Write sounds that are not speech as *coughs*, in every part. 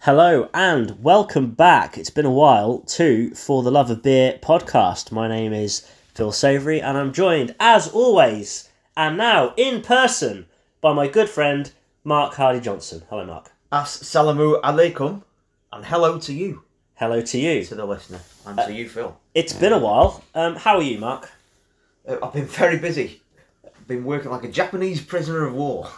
Hello and welcome back. It's been a while to For the Love of Beer podcast. My name is Phil Savory and I'm joined as always and now in person by my good friend Mark Hardy Johnson. Hello Mark. As salamu alaikum, and hello to you, Hello to you. to the listener, and to you, Phil. It's been a while. Um, how are you, Mark? Uh, I've been very busy. I've been working like a Japanese prisoner of war.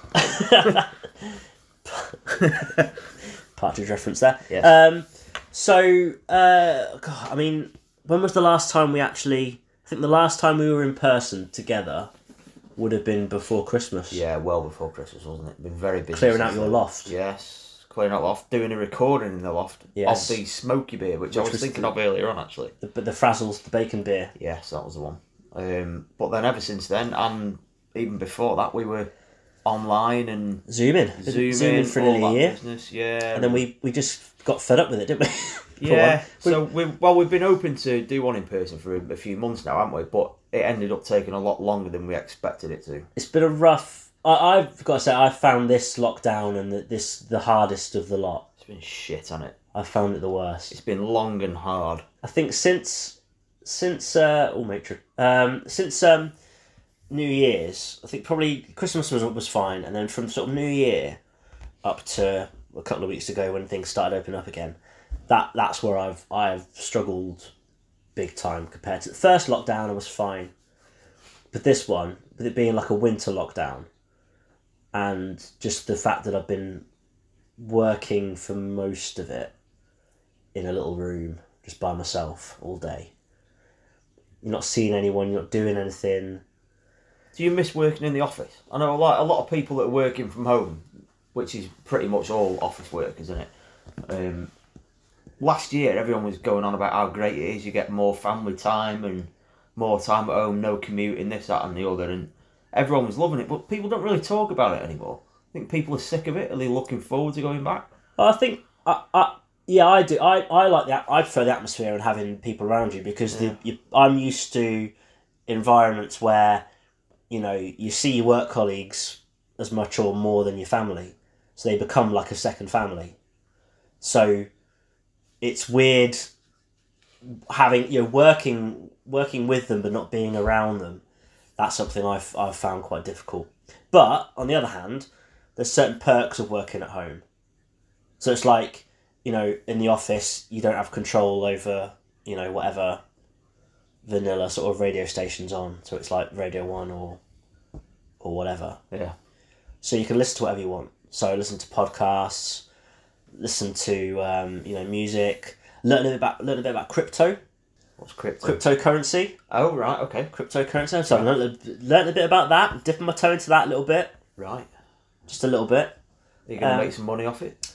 Partridge reference there. Yes. Um, so, uh, God, I mean, when was the last time we actually? I think the last time we were in person together would have been before Christmas. Yeah, well before Christmas, wasn't it? Been very busy. Clearing since out your then. loft. Yes, clearing out the loft, doing a recording in the loft Yes. of the smoky beer, which, I was, was thinking the- of earlier on, actually. The, but the Frazzles, the bacon beer. Yes, that was the one. Um, but then ever since then, and even before that, we were online and Zoom in. Been zooming zooming for all nearly a that year. Business, yeah. And then we, we just got fed up with it, didn't we? *laughs* For Yeah. one. So we well, we've been open to do one in person for a, a few months now, haven't we? But it ended up taking a lot longer than we expected it to. it's been a rough. I, I've got to say, I found this lockdown and the, this the hardest of the lot. It's been shit on it. I found it the worst. It's been long and hard. I think since since uh all matron um since um New Year's I think probably Christmas was was fine and then from sort of New Year up to a couple of weeks ago when things started opening up again that that's where I've I've struggled big time compared to the first lockdown I was fine but this one with it being like a winter lockdown and just the fact that I've been working for most of it in a little room just by myself all day. You're not seeing anyone, you're not doing anything. Do you miss working in the office? I know a lot a lot of people that are working from home, which is pretty much all office work, isn't it? Um, last year, everyone was going on about how great it is. You get more family time and more time at home, no commuting, this, that, and the other, and everyone was loving it. But people don't really talk about it anymore. I think people are sick of it. Are they looking forward to going back? I think, I, I, yeah, I do. I, I like that. I prefer the atmosphere and having people around you because the, you, I'm used to environments where, you know, you see your work colleagues as much or more than your family. So they become like a second family. So it's weird having, you know, working, working with them but not being around them. that's something I've, I've found quite difficult. But on the other hand, there's certain perks of working at home. So it's like, you know, in the office, you don't have control over, you know, whatever vanilla sort of radio station's on. So it's like Radio 1 or or whatever. Yeah. So you can listen to whatever you want. So listen to podcasts, listen to, um, you know, music, learn a, bit about, learn a bit about crypto, What's crypto? cryptocurrency Oh right, okay, cryptocurrency. So I've learned, a- learned a bit about that, dipping my toe into that a little bit, right. just a little bit. Are you gonna Um, make some money off it?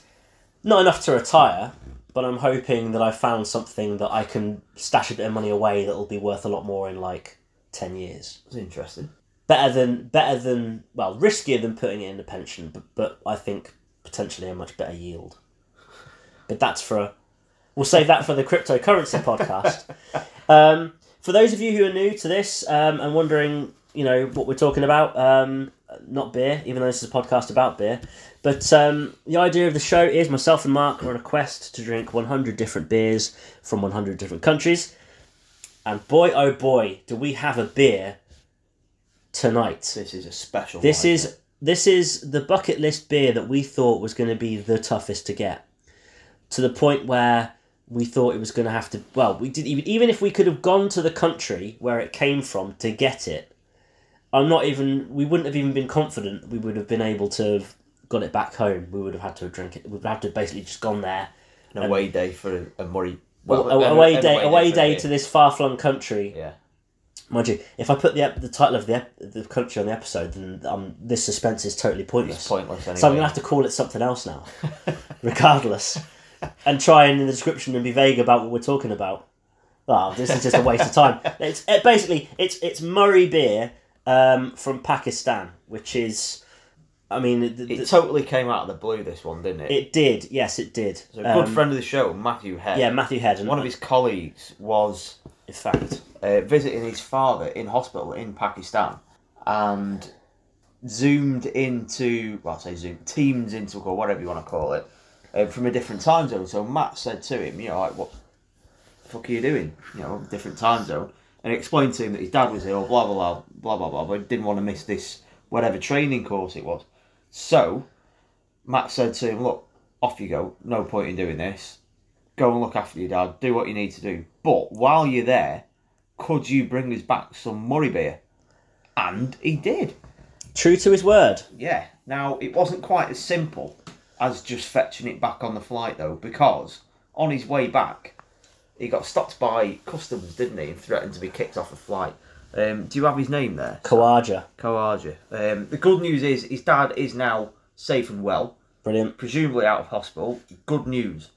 Not enough to retire, but I'm hoping that I found something that I can stash a bit of money away that'll be worth a lot more in like ten years. That's interesting. Better than better than well, riskier than putting it in a pension, but but I think potentially a much better yield. But that's for a, we'll save that for the cryptocurrency podcast. Um, for those of you who are new to this um, and wondering, you know, what we're talking about, um, not beer, even though this is a podcast about beer, but um, the idea of the show is myself and Mark are on a quest to drink 100 different beers from 100 different countries. And boy, oh boy, do we have a beer tonight. This is a special. This one, isn't is this is the bucket list beer that we thought was going to be the toughest to get, to the point where we thought it was going to have to. Well, we did even even if we could have gone to the country where it came from to get it. I'm not even. We wouldn't have even been confident. We would have been able to have got it back home. We would have had to have drink it. We'd have to have basically just gone there. it? an away day for a, a Murray. Well, an- an away day, away for day a- to this far flung country. Yeah. Mind you, if I put the ep- the title of the ep- the country on the episode, then um, this suspense is totally pointless. It's pointless anyway. So I'm gonna have to call it something else now, regardless, and try and in the description and be vague about what we're talking about. Oh, this is just a waste *laughs* of time. It's it, basically it's it's Murray beer um, from Pakistan, which is, I mean, the, the, It totally came out of the blue, this one, didn't it? it did. Yes, it did. so a good Um, friend of the show, Matthew Head, Yeah, Matthew Head, and one of his colleagues was in fact, uh, visiting his father in hospital in Pakistan and zoomed into, well, I say zoomed, teams into, or whatever you want to call it, uh, from a different time zone. So Matt said to him, you know, like, what the fuck are you doing? You know, different time zone. And he explained to him that his dad was ill, blah, blah, blah, blah, blah, blah, but he didn't want to miss this, whatever training course it was. So Matt said to him, look, off you go. No point in doing this. Go and look after your dad. Do what you need to do. But while you're there, could you bring us back some Murray beer? And he did. True to his word. Yeah. Now it wasn't quite as simple as just fetching it back on the flight though, because on his way back, he got stopped by customs, didn't he, and threatened to be kicked off the flight. Um, do you have his name there? Kawaja. Kawaja. Um, the good news is his dad is now safe and well, Brilliant. presumably out of hospital. Good news,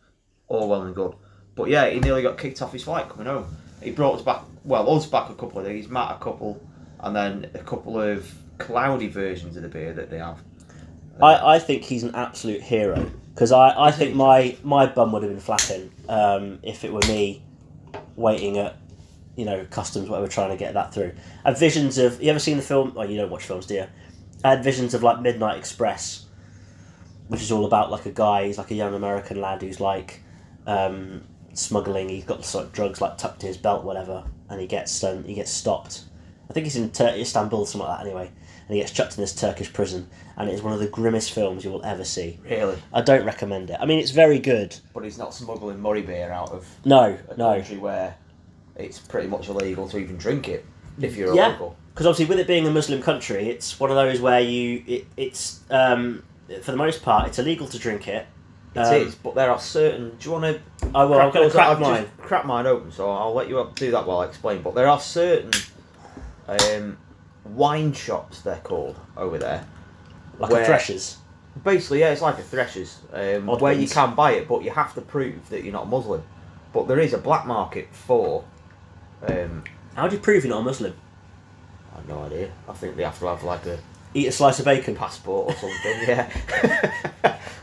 all well and good. But yeah, he nearly got kicked off his flight coming home. He brought us back, well, us back a couple of these, Matt a couple, and then a couple of cloudy versions of the beer that they have. I, I think he's an absolute hero because I, I think my, my bum would have been flapping um, if it were me waiting at you know customs whatever trying to get that through. I had visions of you ever seen the film? Oh, you don't watch films, dear. I had visions of like Midnight Express, which is all about like a guy. He's like a young American lad who's like um, smuggling. He's got sort of drugs like tucked in his belt, whatever, and he gets um, he gets stopped. I think he's in Tur- Istanbul, something like that. Anyway, and he gets chucked in this Turkish prison, and it is one of the grimmest films you will ever see. Really? I don't recommend it. I mean, it's very good. But he's not smuggling Murray beer out of No, a no, country where it's pretty much illegal to even drink it if you're a yeah. local. Because obviously, with it being a Muslim country, it's one of those where you it, it's um, for the most part it's illegal to drink it. Oh, It Um, is, but there are certain. Do you want to? I will. I'm going to crack mine. Just crack mine open, so I'll let you up- do that while I explain. But there are certain um, wine shops they're called over there. like where- a Threshers. Basically, yeah, it's like a Threshers um, Odd where you ones. can buy it, but you have to prove that you're not Muslim. But there is a black market for. Um, How do you prove you're not a Muslim? I have no idea. I think they have to have like a Eat a slice of bacon, passport or something. *laughs* yeah.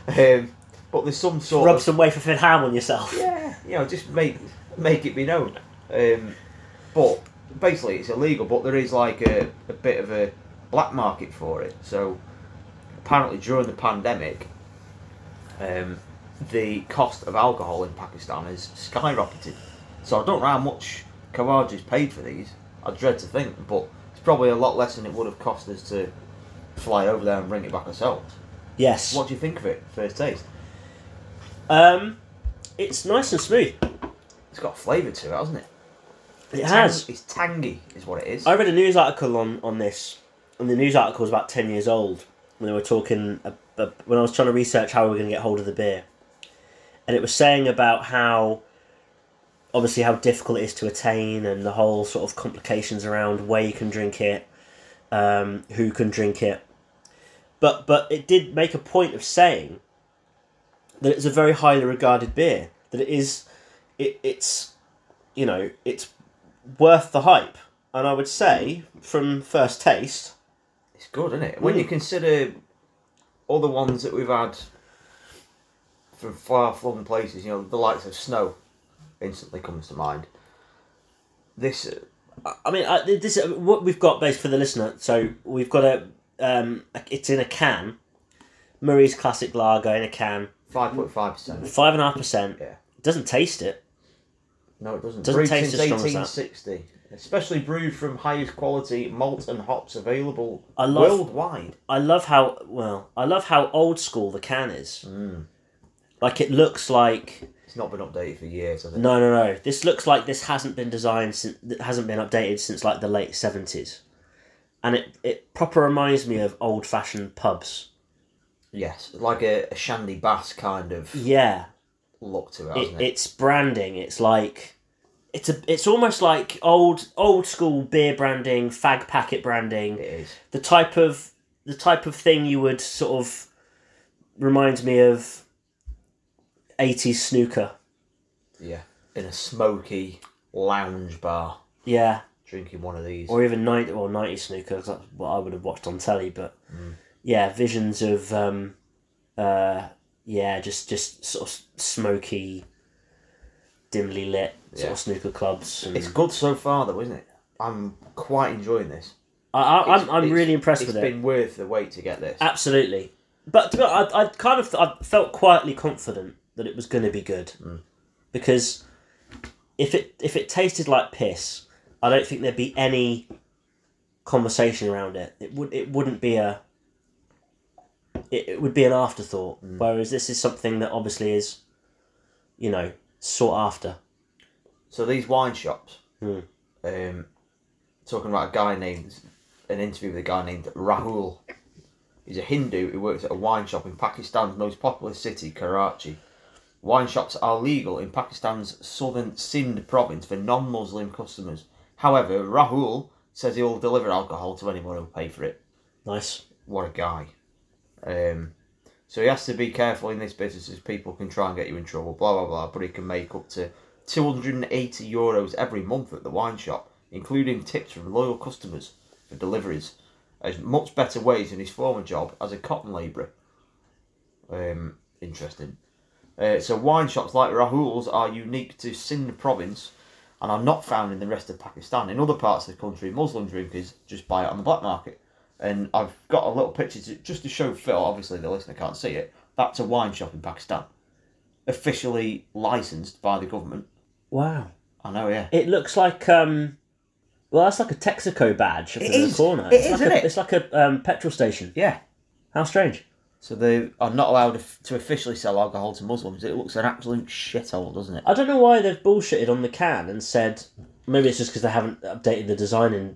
um, but there's some sort rub of some wafer thin ham on yourself. yeah, you know, just make make it be known. Um, but basically, it's illegal. But there is like a, a bit of a black market for it. So apparently, during the pandemic, um, the cost of alcohol in Pakistan has skyrocketed. So I don't know how much Kawaja's paid for these. I dread to think, but it's probably a lot less than it would have cost us to fly over there and bring it back ourselves. Yes. What do you think of it, first taste? Um, it's nice and smooth. It's got flavour to it, hasn't it? It Tang- has. It's tangy, is what it is. I read a news article on, on this, and the news article was about 10 years old when they were talking, ab- ab- when I was trying to research how we were going to get hold of the beer. And it was saying about how, obviously, how difficult it is to attain and the whole sort of complications around where you can drink it, um, who can drink it. But, but it did make a point of saying that it's a very highly regarded beer, that it is, it, it's, you know, it's worth the hype. And I would say, from first taste, It's good, isn't it? When Mm. you consider all the ones that we've had from far flung places, you know, the likes of snow instantly comes to mind. This, uh, I- I mean, I, this what we've got based for the listener. So we've got a, um, it's in a can, Murray's Classic Lager in a can, 5.5%. five and a half percent. Yeah. Doesn't taste it. No, it doesn't. Doesn't brewed taste since as strong as that. 1860. Especially brewed from highest quality malt and hops available I love- worldwide. I love how well I love how old school the can is. Like it looks like It's not been updated for years, has it? no no no. This looks like this hasn't been designed since that hasn't been updated since like the late seventies, and it it proper reminds me of old fashioned pubs. Yes, like a, a shandy bass kind of Yeah. look to it, Mm. it, hasn't it? it's branding. It's like it's a it's almost like old old school beer branding, fag packet branding. it is. The type of the type of thing you would sort of reminds me of eighties snooker. Yeah. In a smoky lounge bar, Yeah, drinking one of these. or even ninety or ninety snooker. 'cause that's what I would have watched on telly. But Mm. yeah, visions of um, uh, yeah, just just sort of smoky, dimly lit sort Yeah. of snooker clubs. and- It's good so far, though, isn't it? I'm quite enjoying this. I, I, I'm, I'm It's- really impressed it's with it. been worth the wait to get this. Absolutely. But to be honest, I, I kind of I felt quietly confident that it was going to be good Mm. because if it if it tasted like piss, I don't think there'd be any conversation around it. It would it wouldn't be a it, it would be an afterthought. Mm. Whereas this is something that obviously is, you know, sought after. So these wine shops, um, talking about a guy named, an interview with a guy named Rahul. He's a Hindu who works at a wine shop in Pakistan's most populous city, Karachi. Wine shops are legal in Pakistan's southern Sindh province for non Muslim customers. However, Rahul says he'll deliver alcohol to anyone who'll pay for it. Nice. What a guy. Um, so he has to be careful in this business as people can try and get you in trouble, blah, blah, blah. But he can make up to 280 euros every month at the wine shop, including tips from loyal customers for deliveries. As much better wage than his former job as a cotton labourer. Um, interesting. Uh, so wine shops like Rahul's are unique to Sindh province and are not found in the rest of Pakistan. In other parts of the country, Muslim drinkers just buy it on the black market. And I've got a little picture to, just to show Phil, obviously the listener can't see it, that's a wine shop in Pakistan. Officially licensed by the government. Wow. I know, yeah. It looks like um, well, that's like a Texaco badge up in is. the corner. It it's is, like isn't a, it? It's like a um, petrol station. Yeah. How strange. So they are not allowed to officially sell alcohol to Muslims. It looks an absolute shithole, doesn't it? I don't know why they've bullshitted on the can and said maybe it's just because they haven't updated the design in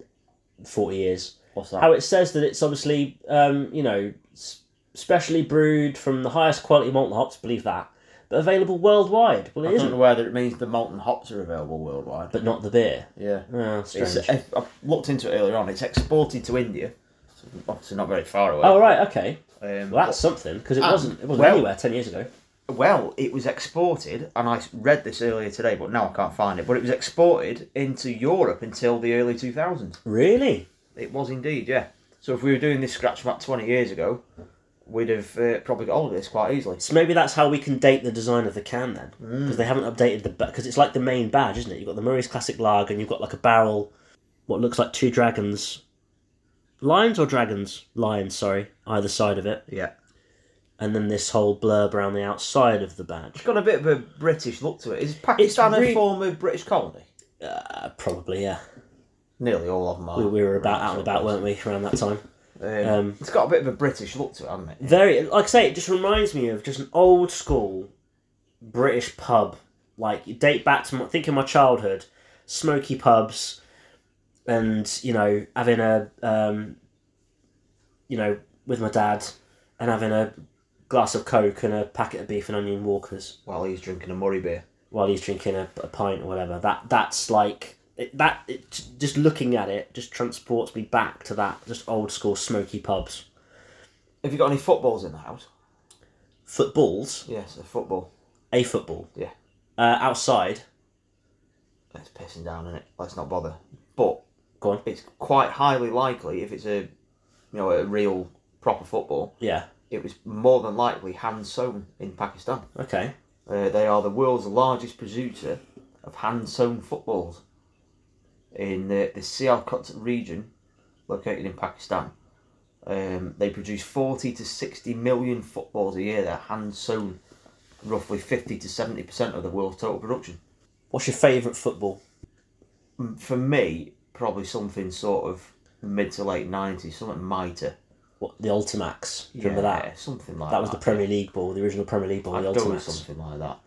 forty years. What's that? How it says that it's obviously um, you know s- specially brewed from the highest quality malt and hops. Believe that, but available worldwide. Well, I it don't know isn't, whether it means the malt and hops are available worldwide. but not the beer. yeah. Oh, strange. It's, I I looked into it earlier on. It's exported to India. So obviously not very far away. oh right, okay. Um, Well, that's something because it Um, wasn't it wasn't well- anywhere ten years ago. Well, it was exported, and I read this earlier today, but now I can't find it. But it was exported into Europe until the early 2000s. Really? It was indeed, yeah. So if we were doing this scratch map 20 years ago, we'd have uh, probably got all of this quite easily. So maybe that's how we can date the design of the can then, because they haven't updated the because it's like the main badge, isn't it? You've got the Murray's Classic Lager, and you've got like a barrel, what looks like two dragons, lions or dragons, lions, sorry, either side of it, Yeah. and then this whole blurb around the outside of the badge. It's got a bit of a British look to it. Is Pakistan re- a former British colony? Uh, probably, yeah. Nearly all of them are. We, we were about out and about, weren't we, around that time? Um, Um, it's got a bit of a British look to it, hasn't it? Very, like I say, it just reminds me of just an old school British pub. Like, you date back to, my, think of my childhood, smoky pubs, and, you know, having a, um, you know, with my dad, and having a glass of Coke and a packet of beef and onion walkers While he's drinking a Murray beer. while he's drinking a, a pint or whatever. That That's like, it, that, it, just looking at it just transports me back to that, just old school smoky pubs. Have you got any footballs in the house? Footballs, Yes, a football. a football. Yeah. Uh, outside, It's pissing down, is it? Let's not bother. But Go on. it's quite highly likely if it's a you know a real proper football. Yeah. It was more than likely hand sewn in Pakistan. Okay. Uh, they are the world's largest producer of hand sewn footballs in the, the Sialkot region, located in Pakistan. Um, they produce 40 to 60 million footballs a year. They're hand sewn, roughly 50 to 70% of the world's total production. What's your favourite football? for me, probably something sort of mid to late nineties, something mitre. What the Ultimax? Do you Remember Yeah, that? Something like that. That was the Premier League ball, the original Premier League ball, I'd the go with Ultimax. something like that.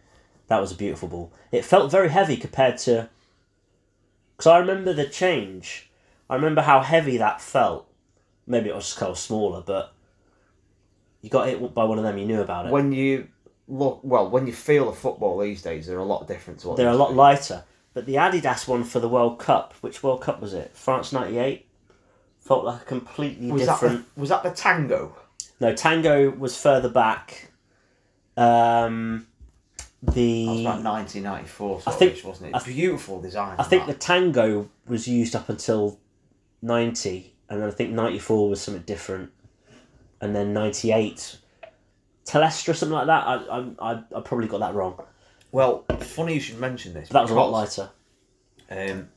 That was a beautiful ball. It felt very heavy compared to. Because I remember the change. I remember how heavy that felt. Maybe it was just kind of smaller, but you got hit by one of them, you knew about it. When you look, well, when you feel a football these days, they're a lot different to what They're they a used lot to be. lighter. But the Adidas one for the World Cup, which World Cup was it? France 98? Felt like a completely Was that, different. the, was that the tango? No, Tango was further back. Um, That was about the nineteen ninety four. I think- think wasn't it? Mm. I th- Beautiful design. I think the Tango was used up until ninety, and then I think ninety four was something different, and then ninety eight, Telestra something like that. I I, I I probably got that wrong. well, funny you should mention this. But that was a lot because- lighter. Um,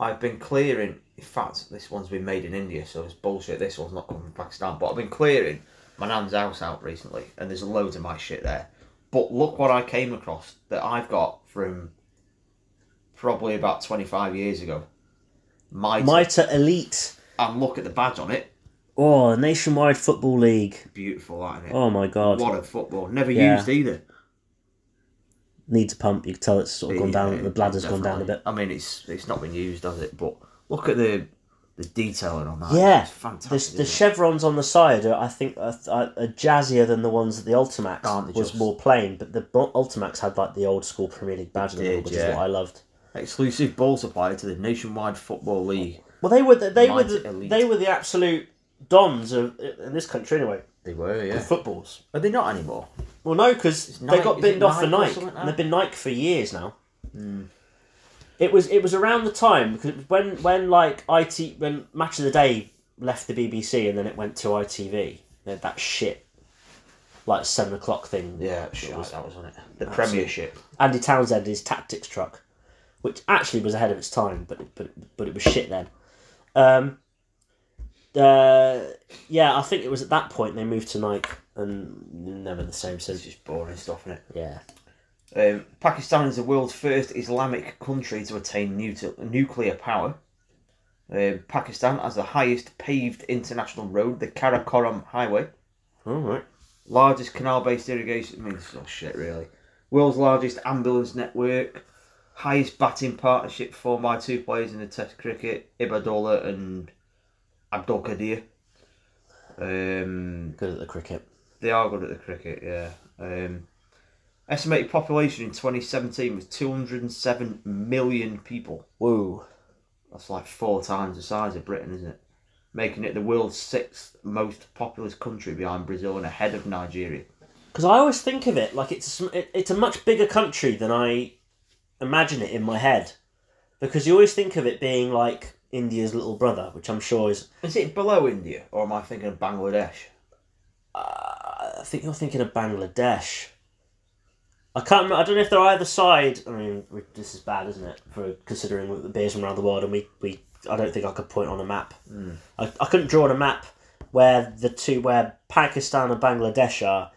I've been clearing. In fact, this one's been made in India, so it's bullshit. This one's not coming from Pakistan, but I've been clearing my nan's house out recently, and there's loads of my shit there. But look what I came across that I've got from probably about 25 years ago. Mitre. Mitre Elite. And look at the badge on it. Oh, Nationwide Football League. Beautiful, that, isn't it? Oh my god. What a football. Never Yeah. used either. Needs a pump. You can tell it's sort of gone down. Yeah, the bladder's gone down a definitely. bit. I mean, it's it's not been used, has it? But look at the the detailing on that. Yeah. It's fantastic. The, isn't the it? chevrons on the side are, I think, are, are, are jazzier than the ones that the Ultimax Aren't they was just? more plain. But the Bu- Ultimax had like the old school Premier League badge, on the did, middle, which yeah. is what I loved. Exclusive ball supply to the Nationwide Football League. Well, they were the, they were Mighty the, elite. they were the absolute dons of in this country anyway. They were, of Footballs. Are they not anymore? Well, no, because they Nike- got is it binned off for Nike or Nike, something like and that? Hmm. they've been Nike for years now. It was it was around the time because it was when when like IT when Match of the Day left the BBC and then it went to ITV. They had that shit, like seven o'clock thing. Yeah, that shit, was- that was on it. The Premiership. Andy Townsend his tactics truck, which actually was ahead of its time, but but but it was shit then. Um, uh, yeah, I think it was at that point they moved to Nike and never the same It's since. just boring stuff, isn't Yeah, it? Um, Pakistan is the world's first Islamic country to attain nut- nuclear power. Um, Pakistan has the highest paved international road, the Karakoram Highway. all right. largest canal-based irrigation. I mean, it's all shit, really. World's largest ambulance network. Highest batting partnership formed by two players in the Test cricket, Ibadola and Abdul Kadir. Um, Good at the cricket. they are good at the cricket, yeah. Um, estimated population in 2017 was 207 million people. Woo. That's like four times the size of Britain, isn't it? Making it the world's sixth most populous country behind Brazil and ahead of Nigeria. Because I always think of it like it's a, sm- it- it's a much bigger country than I imagine it in my head. Because you always think of it being like India's little brother, which I'm sure is. Is it below India, or am I thinking of Bangladesh? I think you're thinking of Bangladesh. I can't. Remember, I don't know if they're either side. I mean, we, this is bad, isn't it? For considering the beers from around the world, and we, we I don't think I could point on a map. I, I couldn't draw on a map where the two where Pakistan and Bangladesh are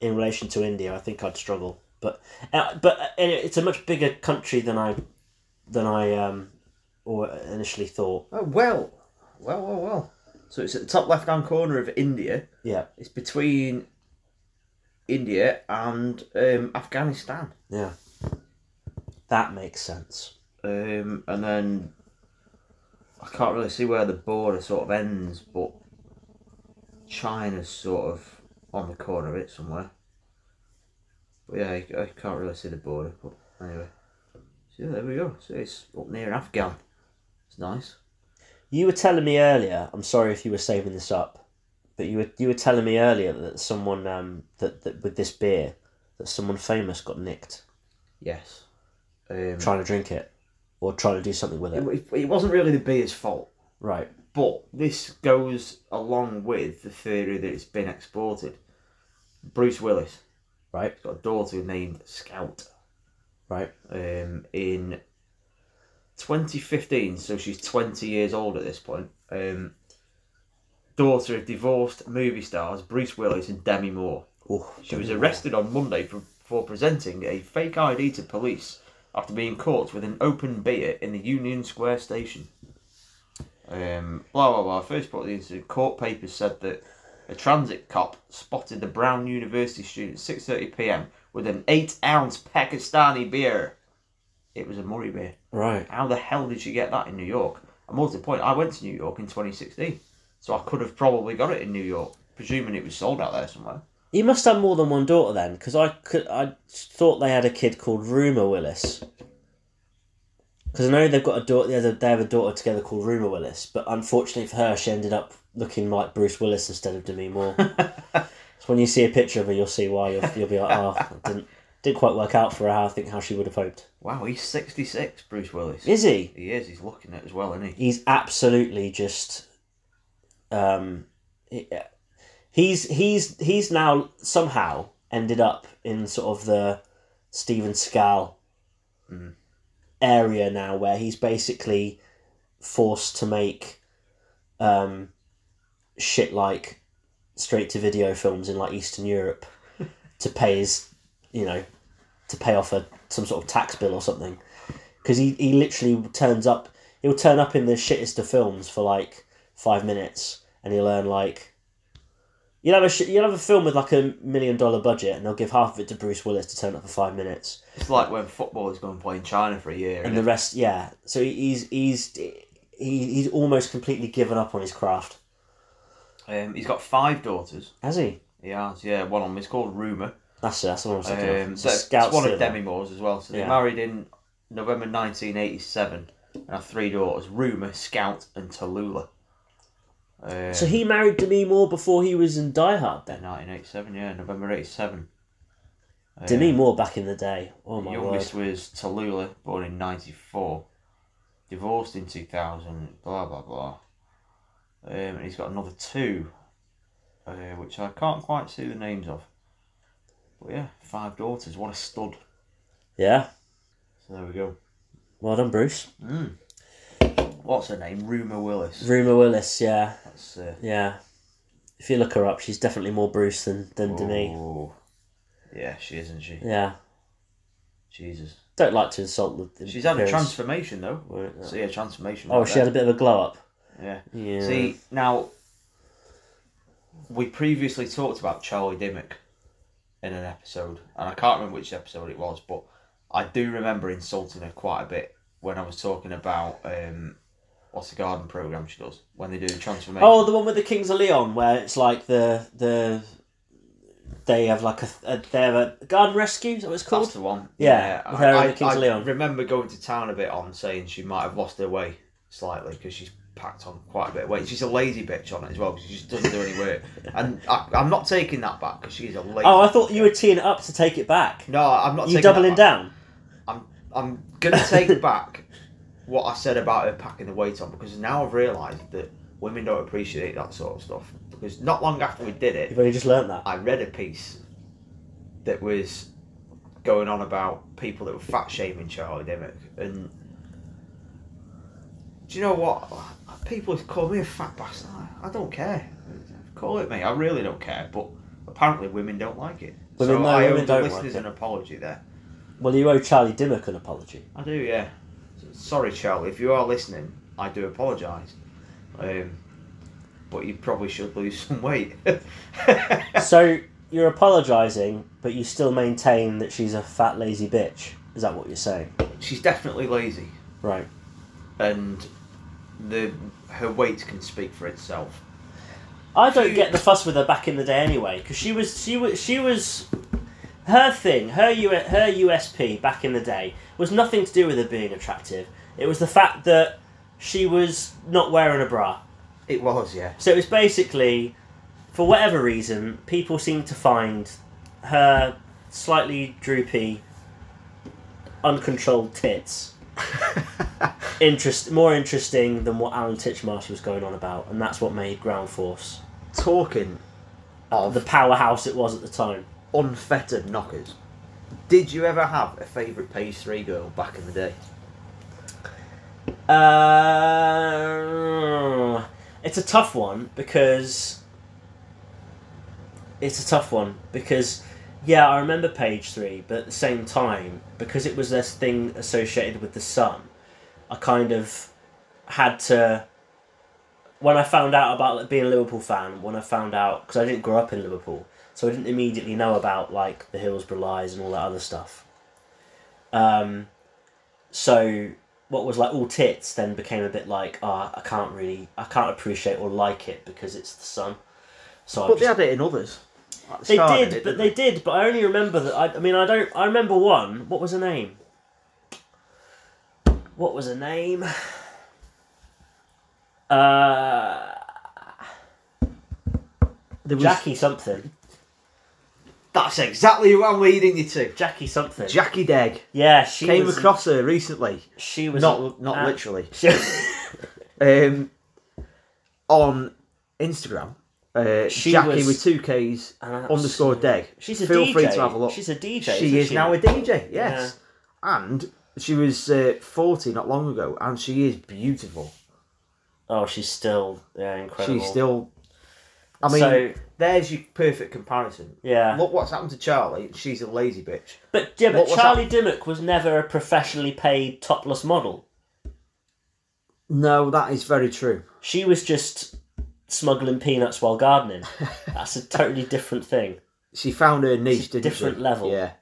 in relation to India. I think I'd struggle. But uh, but uh, anyway, it's a much bigger country than I than I um or initially thought. Oh well, well, well, well. So it's at the top left-hand corner of India. Yeah, It's between India and um, Afghanistan, yeah. That makes sense. um, and then I can't really see where the border sort of ends, but China's sort of on the corner of it somewhere. But yeah, I, I can't really see the border. But anyway, so yeah, there we go. So it's up near Afghan. It's nice. You were telling me earlier. I'm sorry if you were saving this up, but you were you were telling me earlier that someone um that, that with this beer that someone famous got nicked Yes. Um, trying to drink it or trying to do something with it. it, it wasn't really the beer's fault, Right. but this goes along with the theory that it's been exported. Bruce Willis Right. has got a daughter named Scout Right. um, in 2015, so she's 20 years old at this point. Um, daughter of divorced movie stars Bruce Willis and Demi Moore. Oh, She was arrested on Monday for, for presenting a fake ID to police after being caught with an open beer in the Union Square station. Um, blah blah blah. First part of the incident, court papers said that a transit cop spotted the Brown University student at 6:30 p.m. with an eight-ounce Pakistani beer. It was a Murray beer. Right. How the hell did she get that in New York? And more to the point, I went to New York in 2016, so I could have probably got it in New York, presuming it was sold out there somewhere. You must have more than one daughter then, because I could I thought they had a kid called Rumor Willis. Because I know they've got a daughter. They have a, they have a daughter together called Rumor Willis, but unfortunately for her, she ended up looking like Bruce Willis instead of Demi Moore. so when you see a picture of her, you'll see why. You'll, you'll be like, oh, it didn't didn't quite work out for her. how I think how she would have hoped. Wow, he's 66, Bruce Willis. Is he? He is, he's looking at it as well, isn't he? He's absolutely just. Um, he- he's he's he's now somehow ended up in sort of the Steven Scal area now, where he's basically forced to make um, shit like straight to video films in like Eastern Europe to pay his, you know, to pay off a some sort of tax bill or something, because he he literally turns up. He'll turn up in the shittest of films for like five minutes, and he'll earn like. You'll have a sh- you'll have a film with like a million dollar budget, and they'll give half of it to Bruce Willis to turn up for five minutes, It's like when footballers go and play in China for a year. and And the rest, yeah. So he's he's he, he's almost completely given up on his craft. um, he's got five daughters. Has he? He has, yeah. One of them is called Rumour. That's that's the one I'm thinking of. Um, It's so a it's scout one of theatre. Demi Moore's as well. So they Yeah. married in November 1987 and have three daughters Rumour, Scout, and Tallulah. Um, So he married Demi Moore before he was in Die Hard. Then 1987, Uh, yeah, November 87. Um, Demi Moore back in the day. Oh my word. Youngest was Tallulah, born in 94. Divorced in 2000, blah, blah, blah. Um, and he's got another two, uh, which I can't quite see the names of. But yeah, five daughters. What a stud. Yeah. So there we go. Well done, Bruce. What's her name? Rumour Willis. Rumor Willis. Yeah. That's uh, Yeah. If you look her up, she's definitely more Bruce than than Demi. ooh. Oh. Yeah, she is, isn't she? Yeah. Jesus. Don't like to insult the. the She's had a appearance. transformation though. Won't it? See a transformation. Oh, right she there. had a bit of a glow up. Yeah. Yeah. See now, we previously talked about Charlie Dimmock in an episode, and I can't remember which episode it was, but I do remember insulting her quite a bit when I was talking about um, what's the garden program she does when they do the transformation. Oh, the one with the Kings of Leon, where it's like the the. They have like a, a they have a garden rescue. Is that what it's called? That's the one. Yeah, with her and I, the Kings I, of Leon. I remember going to town a bit on saying she might have lost her way slightly because she's packed on quite a bit of weight. She's a lazy bitch on it as well 'cause she just doesn't do any *laughs* work. and I, I'm not taking that back because she's a lazy. Oh, I thought you were teeing it up to take it back. No, I'm not. taking You that doubling back. down? I'm I'm gonna take *laughs* back what I said about her packing the weight on because now I've realised that women don't appreciate that sort of stuff. Because not long after we did it, You've only just learnt that. I read a piece that was going on about people that were fat shaming Charlie Dimmock, and do you know what? People call me a fat bastard. I I don't care. Call it me. I really don't care. But apparently, women don't like it. Women- so no, I women owe the don't listeners like an it. apology there. Well, you owe Charlie Dimmock *laughs* an apology. I do, yeah. Sorry, Charlie, if you are listening, I do apologise. Um, but you probably should lose some weight. *laughs* so you're apologising, but you still maintain that she's a fat, lazy bitch. Is that what you're saying? She's definitely lazy, Right. and the her weight can speak for itself. I don't get the fuss with her back in the day anyway, because she was she was she was her thing, her U- her USP back in the day was nothing to do with her being attractive. It was the fact that she was not wearing a bra. It was, yeah. So it was basically, for whatever reason, people seem to find her slightly droopy, uncontrolled tits interest more interesting than what Alan Titchmarsh was going on about, and that's what made Ground Force *laughs* Talking the powerhouse it was at the time. unfettered knockers. Did you ever have a favourite page three girl back in the day? Uh, it's a tough one because it's a tough one because yeah, I remember page three, but at the same time, because it was this thing associated with the sun, I kind of had to. When I found out about being a Liverpool fan, when I found out because I didn't grow up in Liverpool, so I didn't immediately know about like the Hillsborough Lies and all that other stuff. Um, so what was like all tits then became a bit like ah I can't really I can't appreciate or like it because it's the sun. So But I they just had it in others. they did, but they did. But I only remember that. I, I mean, I don't. I remember one. What was her name? What was her name? Uh, There was, Jackie something. That's exactly who I'm leading you to. Jackie something. Jackie Degg. yeah, she Came was, across her recently. She was not not uh, literally *laughs* She, um, on Instagram. Uh, She Jackie was- with two K's An underscore Deg. she's a Feel DJ. free to have a look. She's a DJ. isn't she is now a DJ. Yes, and she was uh, forty not long ago, and she is beautiful. Oh, she's still yeah incredible. She's still. I mean, So- There's your perfect comparison. Yeah. Look what's happened to Charlie. She's a lazy bitch. But yeah, but What was Charlie Dimmock was never a professionally paid topless model. No, that is very true. She was just smuggling peanuts *laughs* while gardening. That's a totally different thing. She found her niche, a didn't different she? level. Yeah.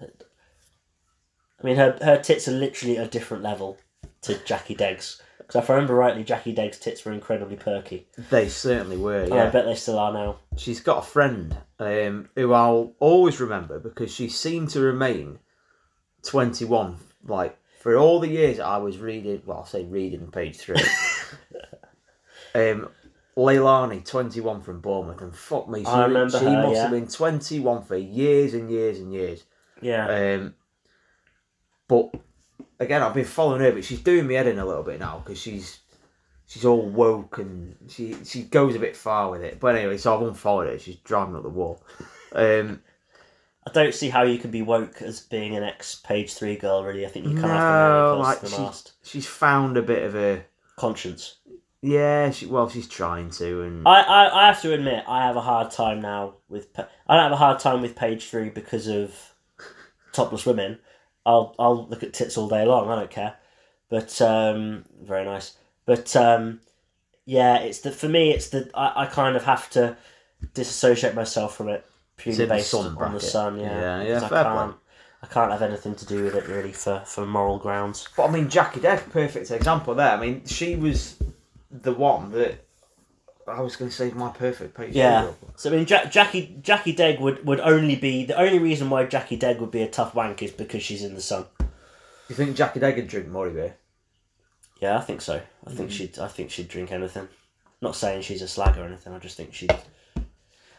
I mean, her her tits are literally a different level to Jackie Degg's. Because if I remember rightly, Jackie Degg's tits were incredibly perky. They certainly were. And I Yeah. bet they still are now. she's got a friend um, who I'll always remember because she seemed to remain 21. Like, for all the years that I was reading, well, I'll say reading page *laughs* three. um, Leilani, 21 from Bournemouth, and fuck me, she, I remember she her, must yeah. have been 21 for years and years and years. Yeah. Um, but again, I've been following her, but she's doing me head in a little bit now because she's she's all woke and she she goes a bit far with it. But anyway, so I've unfollowed her. She's driving up the wall. Um, I don't see how you can be woke as being an ex page three girl. Really, I think you kind of have to no, know like like the she, mast she's found a bit of a conscience. yeah. She, well, she's trying to, and I, I, I have to admit, I have a hard time now with. pa- I don't have a hard time with page three because of topless women. I'll I'll look at tits all day long. I don't care. But um, very nice. But um, yeah, it's the for me. It's the I, I kind of have to disassociate myself from it It's purely in the based sun on bracket. the sun. Yeah, Yeah, yeah, because I fair can't, point. I can't have anything to do with it really for for moral grounds. But I mean, Jackie Deck, perfect example there. I mean, she was the one that I was going to say is my perfect page. Yeah. So I mean, Jack, Jackie Jackie Degg would, would only be the only reason why Jackie Degg would be a tough wank is because she's in the sun. You think Jackie Deck would drink Murray beer? Yeah, I think so. I think she'd I think she'd drink anything. Not saying she's a slag or anything. I just think she'd.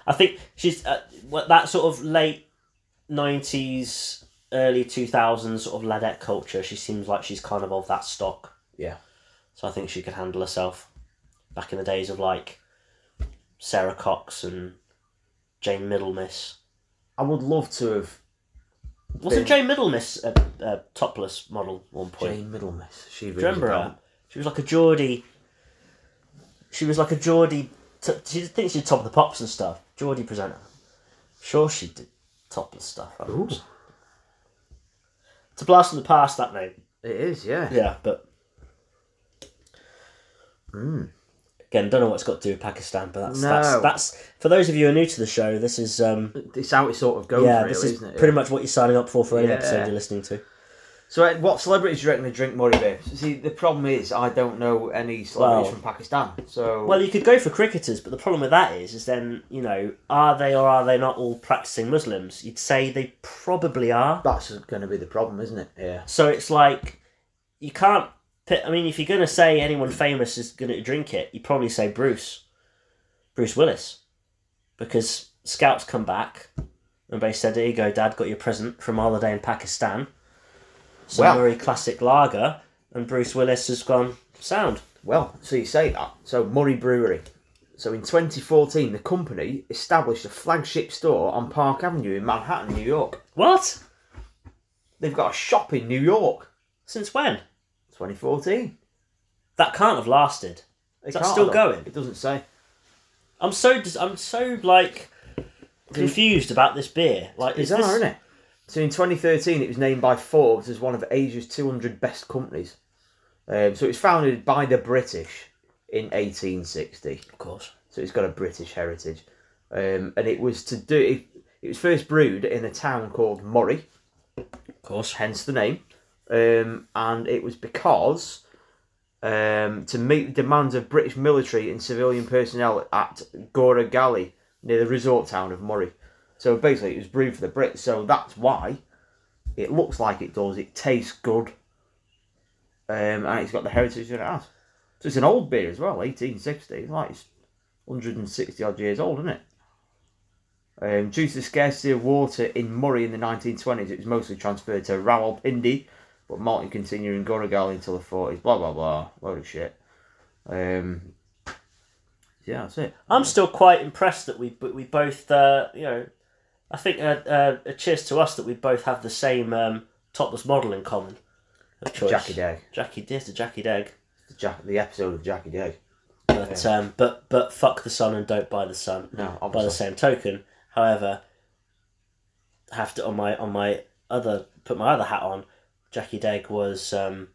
I think she's uh, what that sort of late nineties, early two thousands sort of ladette culture. She seems like she's kind of of that stock. Yeah. So I think she could handle herself. Back in the days of like Sarah Cox and Jane Middlemiss. I would love to have Wasn't Been- Jane Middlemiss a, a topless model at one point? Jane Middlemiss. She Do you really remember done. her? She was like a Geordie. She was like a Geordie. T- she thinks she's top of the pops and stuff. Geordie presenter. Sure, she did topless stuff. I Ooh. remember. It's a blast from the past, that name. It is, yeah. Yeah, but. Hmm. Again, don't know what it's got to do with Pakistan, but that's, that's No. that's for those of you who are new to the show. This is um, It's how it sort of goes, yeah, really, this is isn't it? pretty much what you're signing up for for any Yeah. episode you're listening to. So, uh, what celebrities do you reckon they drink Murray beer? See, the problem is I don't know any celebrities Well- from Pakistan, so Well, you could go for cricketers, but the problem with that is, is then you know, are they or are they not all practicing Muslims? You'd say they probably are. that's going to be the problem, isn't it? Yeah. So it's like you can't. Pit, I mean, if you're going to say anyone famous is going to drink it, you probably say Bruce, Bruce Willis, because scouts come back and they said, "Here you go, Dad, got your present from holiday in Pakistan, some Well- Murray classic lager," and Bruce Willis has gone sound. Well, so you say that. So, Murray Brewery. So, in 2014, the company established a flagship store on Park Avenue in Manhattan, New York. What? They've got a shop in New York. Since when? 2014. That can't have lasted. Is that still going? It doesn't say. I'm so dis- I'm so like confused about this beer. Like, is Bizarre, this? isn't it? So in 2013, it was named by Forbes as one of Asia's 200 best companies. Um, so it was founded by the British in 1860. Of course. So it's got a British heritage, um, and it was to do. It, it was first brewed in a town called Murray, Of course. hence the name, um, and it was because um, to meet the demands of British military and civilian personnel at Gora Galley near the resort town of Murray. So basically, it was brewed for the Brits. So that's why it looks like it does. It tastes good, um, and it's got the heritage that it has. So it's an old beer as well, 1860. It's like it's 160 odd years old, isn't it? Um, due to the scarcity of water in Murray in the 1920s, it was mostly transferred to Rawalpindi, but malting continued in Goragali until the 40s. Blah blah blah, load of shit. Um, yeah, that's it. I'm still quite impressed that we but we both uh, you know, I think uh, uh, a cheers to us that we both have the same um, topless model in common. Of choice. Jackie Day, Jackie, there's the Jackie Degg. the, Jack, the episode of Jackie Day. But um, but but fuck the sun and don't buy the sun. No, By the obviously. same token, however, have to on my on my other put my other hat on. Jackie Degg was um,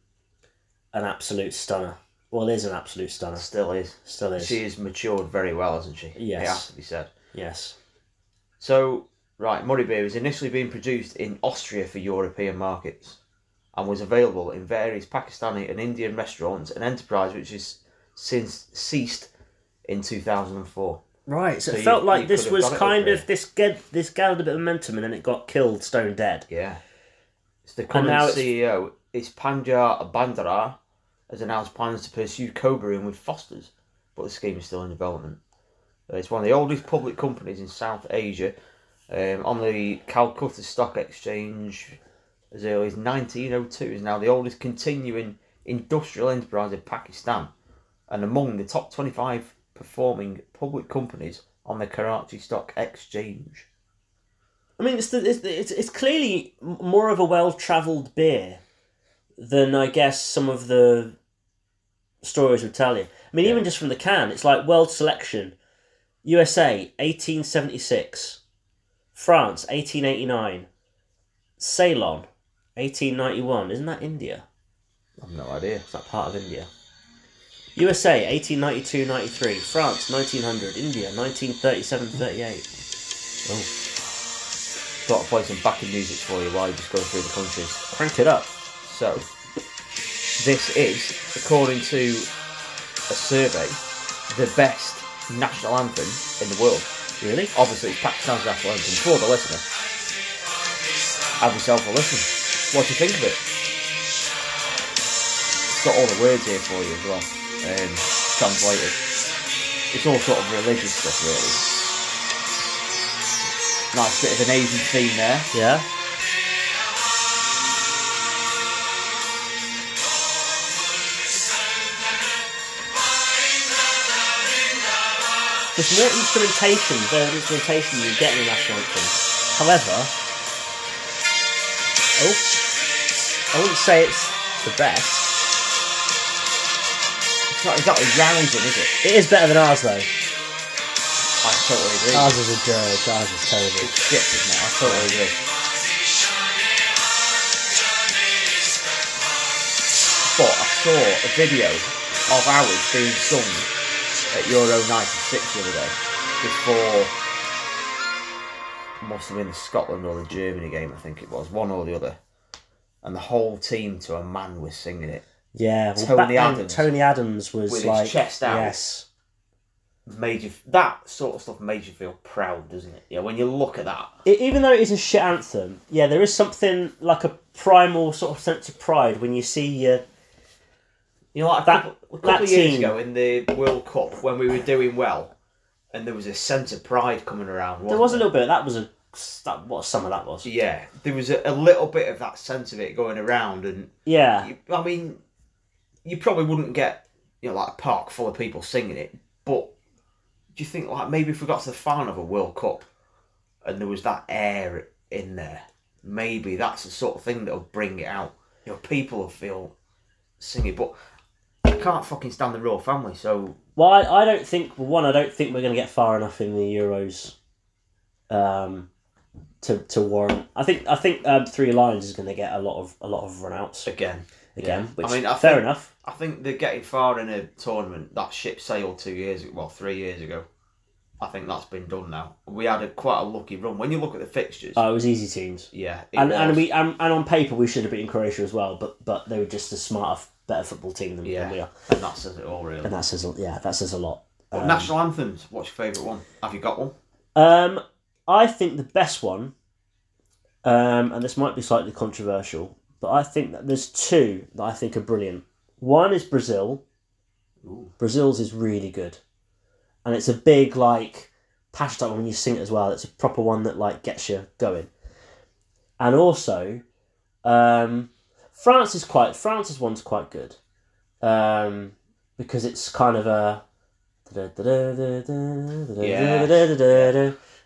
an absolute stunner. Well, is an absolute stunner. Still is. Still is. She has matured very well, hasn't she? It Yes. has to be said. yes. So, right, Murray Beer was initially being produced in Austria for European markets and was available in various Pakistani and Indian restaurants, an enterprise which has since ceased in 2004. Right. So, So it you- felt like you this could have was done it kind with of this get this gathered a bit of momentum and then it got killed stone dead. Yeah. It's the current now it's- CEO, it's Panjar Bandara, has announced plans to pursue co-brewing with Foster's, but the scheme is still in development. Uh, It's one of the oldest public companies in South Asia, um, on the Calcutta Stock Exchange as early as 1902, is now the oldest continuing industrial enterprise in Pakistan, and among the top 25 performing public companies on the Karachi Stock Exchange. I mean, it's the, it's, the- it's it's clearly m- more of a well travelled beer than I guess some of the stories would tell you. I mean, even just from the can, it's like World Selection, USA, eighteen seventy six, France, eighteen eighty nine, Ceylon, eighteen ninety one. Isn't that India? I've no idea. Is that part of India? USA 1892 93, France 1900, India 1937 38. Thought I'd play some backing music for you while you're just going through the countries. Crank it up. So, this is, according to a survey, the best national anthem in the world. Really? Obviously, it's Pakistan's national anthem for the listener. Have yourself a listen. What do you think of it? It's got all the words here for you as well, um, translated. It's all sort of religious stuff, really. Nice bit of an Asian theme there. Yeah. There's more instrumentation, than instrumentation you get in a national anthem. However, oh, Oh. I wouldn't say it's the best. It's not exactly rousing, is it? It is better than ours though. I totally agree. Ours is a dirge. Ours is terrible. it's shit, isn't it? I totally agree. But I saw a video of ours being sung at Euro 96 the other day before. Must have been the Scotland or the Germany game, I think it was, one or the other. And the whole team to a man was singing it. Yeah. Well, Tony Tony Adams. Adams. Tony Adams was With his like chest out. Yes. Made you, that sort of stuff made you feel proud, doesn't it? Yeah, when you look at that, I E, even though it is a shit anthem, yeah, there is something like a primal sort of sense of pride when you see your. You know, like a That- couple, a that couple of years team- ago in the World Cup when we were doing well, and there was a sense of pride coming around. Wasn't There was a little bit. That was a. That, what some of that was. yeah, there was a, a little bit of that sense of it going around, and Yeah. you, I mean, you probably wouldn't get you know like a park full of people singing it, but do you think like maybe if we got to the final of a World Cup, and there was that air in there, maybe that's the sort of thing that'll bring it out. You know, people will feel singing, but I can't fucking stand the royal family, so. Well, I, I don't think. well, One, I don't think we're going to get far enough in the Euros. Um, to, to warrant, I think I think um, three lines is going to get a lot of a lot of runouts again. again. Yeah. Which I mean, I fair think- enough. I think they're getting far in a tournament. That ship sailed two years, well, three years ago. I think that's been done now. We had a quite a lucky run. When you look at the fixtures, Oh, it was easy teams. yeah, it and was. and we and, and on paper we should have beaten Croatia as well, but but they were just a smarter, better football team than, yeah, than we are, and that says it all really. and that says a, yeah, that says a lot. Um, National anthems. What's your favourite one? Have you got one? um, I think the best one, um, and this might be slightly controversial, but I think that there's two that I think are brilliant. One is Brazil. Ooh. Brazil's is really good, and it's a big like patched up when you sing it as well. It's a proper one that like gets you going, and also um, France is quite France's one's quite good um, because it's kind of a um, It's, a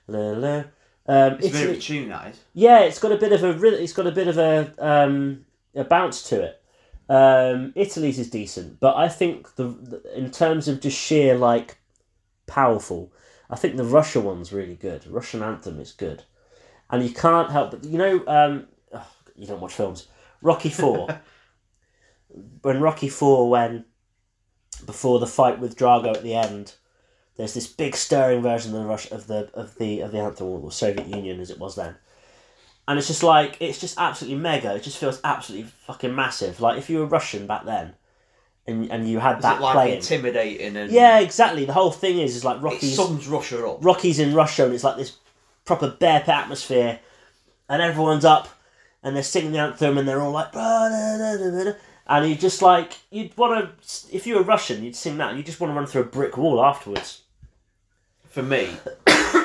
bit of a it's, tune, that is. yeah, it's got a bit of a ri- it's got a bit of a um, a bounce to it, Um, Italy's is decent, but I think the, the in terms of just sheer like powerful, I think the Russia one's really good. Russian anthem is good, and you can't help but you know um, ugh, you don't watch films. *laughs* Rocky Four. when Rocky Four, when before the fight with Drago at the end, there's this big stirring version of the rush of the of the of the anthem or Soviet Union as it was then. And it's just like it's just absolutely mega. It just feels absolutely fucking massive. Like if you were Russian back then, and and you had Is that it like playing, intimidating and yeah, exactly. The whole thing is is like it Rocky's sums Russia up. Rockies in Russia, and it's like this proper bear pit atmosphere, and everyone's up, and they're singing the anthem, and they're all like, "Bah, da, da, da, da, da," and you just like you'd want to, if you were Russian, you'd sing that, and you just want to run through a brick wall afterwards. For *coughs* me,